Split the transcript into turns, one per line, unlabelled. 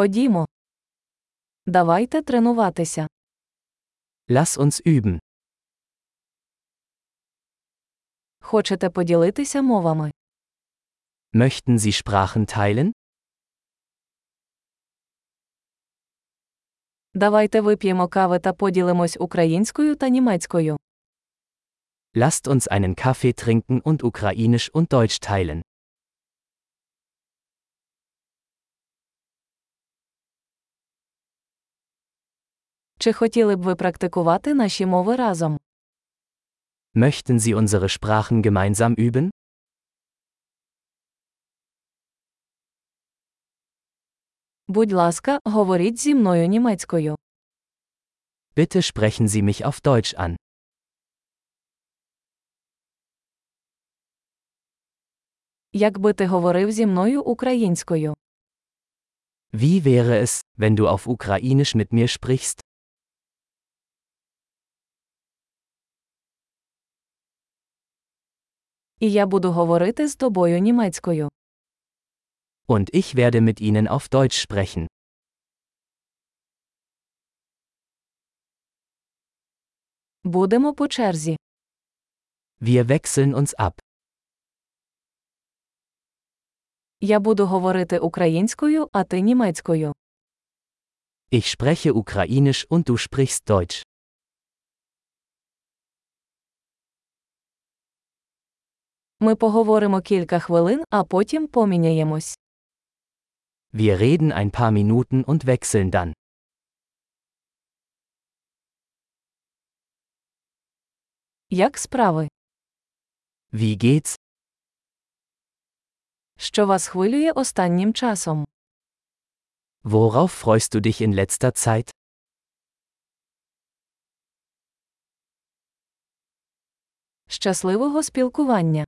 Ходімо. Давайте тренуватися.
Lass uns üben.
Хочете поділитися мовами?
Möchten Sie Sprachen teilen?
Давайте вип'ємо кави та поділимось українською та німецькою.
Lasst uns einen Kaffee trinken und Ukrainisch und Deutsch teilen.
Чи хотіли б ви практикувати наші мови разом?
Möchten Sie unsere Sprachen gemeinsam üben?
Будь ласка, говоріть зі мною німецькою.
Bitte sprechen Sie mich auf Deutsch an.
Якби ти говорив зі мною українською.
Wie wäre es, wenn du auf Ukrainisch mit mir sprichst?
І я буду говорити з тобою німецькою.
Und ich werde mit ihnen auf Deutsch sprechen.
Будемо по черзі.
Wir wechseln uns ab.
Я буду говорити українською, а ти німецькою.
Ich spreche Ukrainisch und du sprichst Deutsch.
Ми поговоримо кілька хвилин, а потім поміняємось.
Wir reden ein paar Minuten und wechseln dann.
Як справи?
Wie geht's?
Що вас хвилює останнім часом?
Worauf freust du dich in letzter Zeit?
Щасливого спілкування!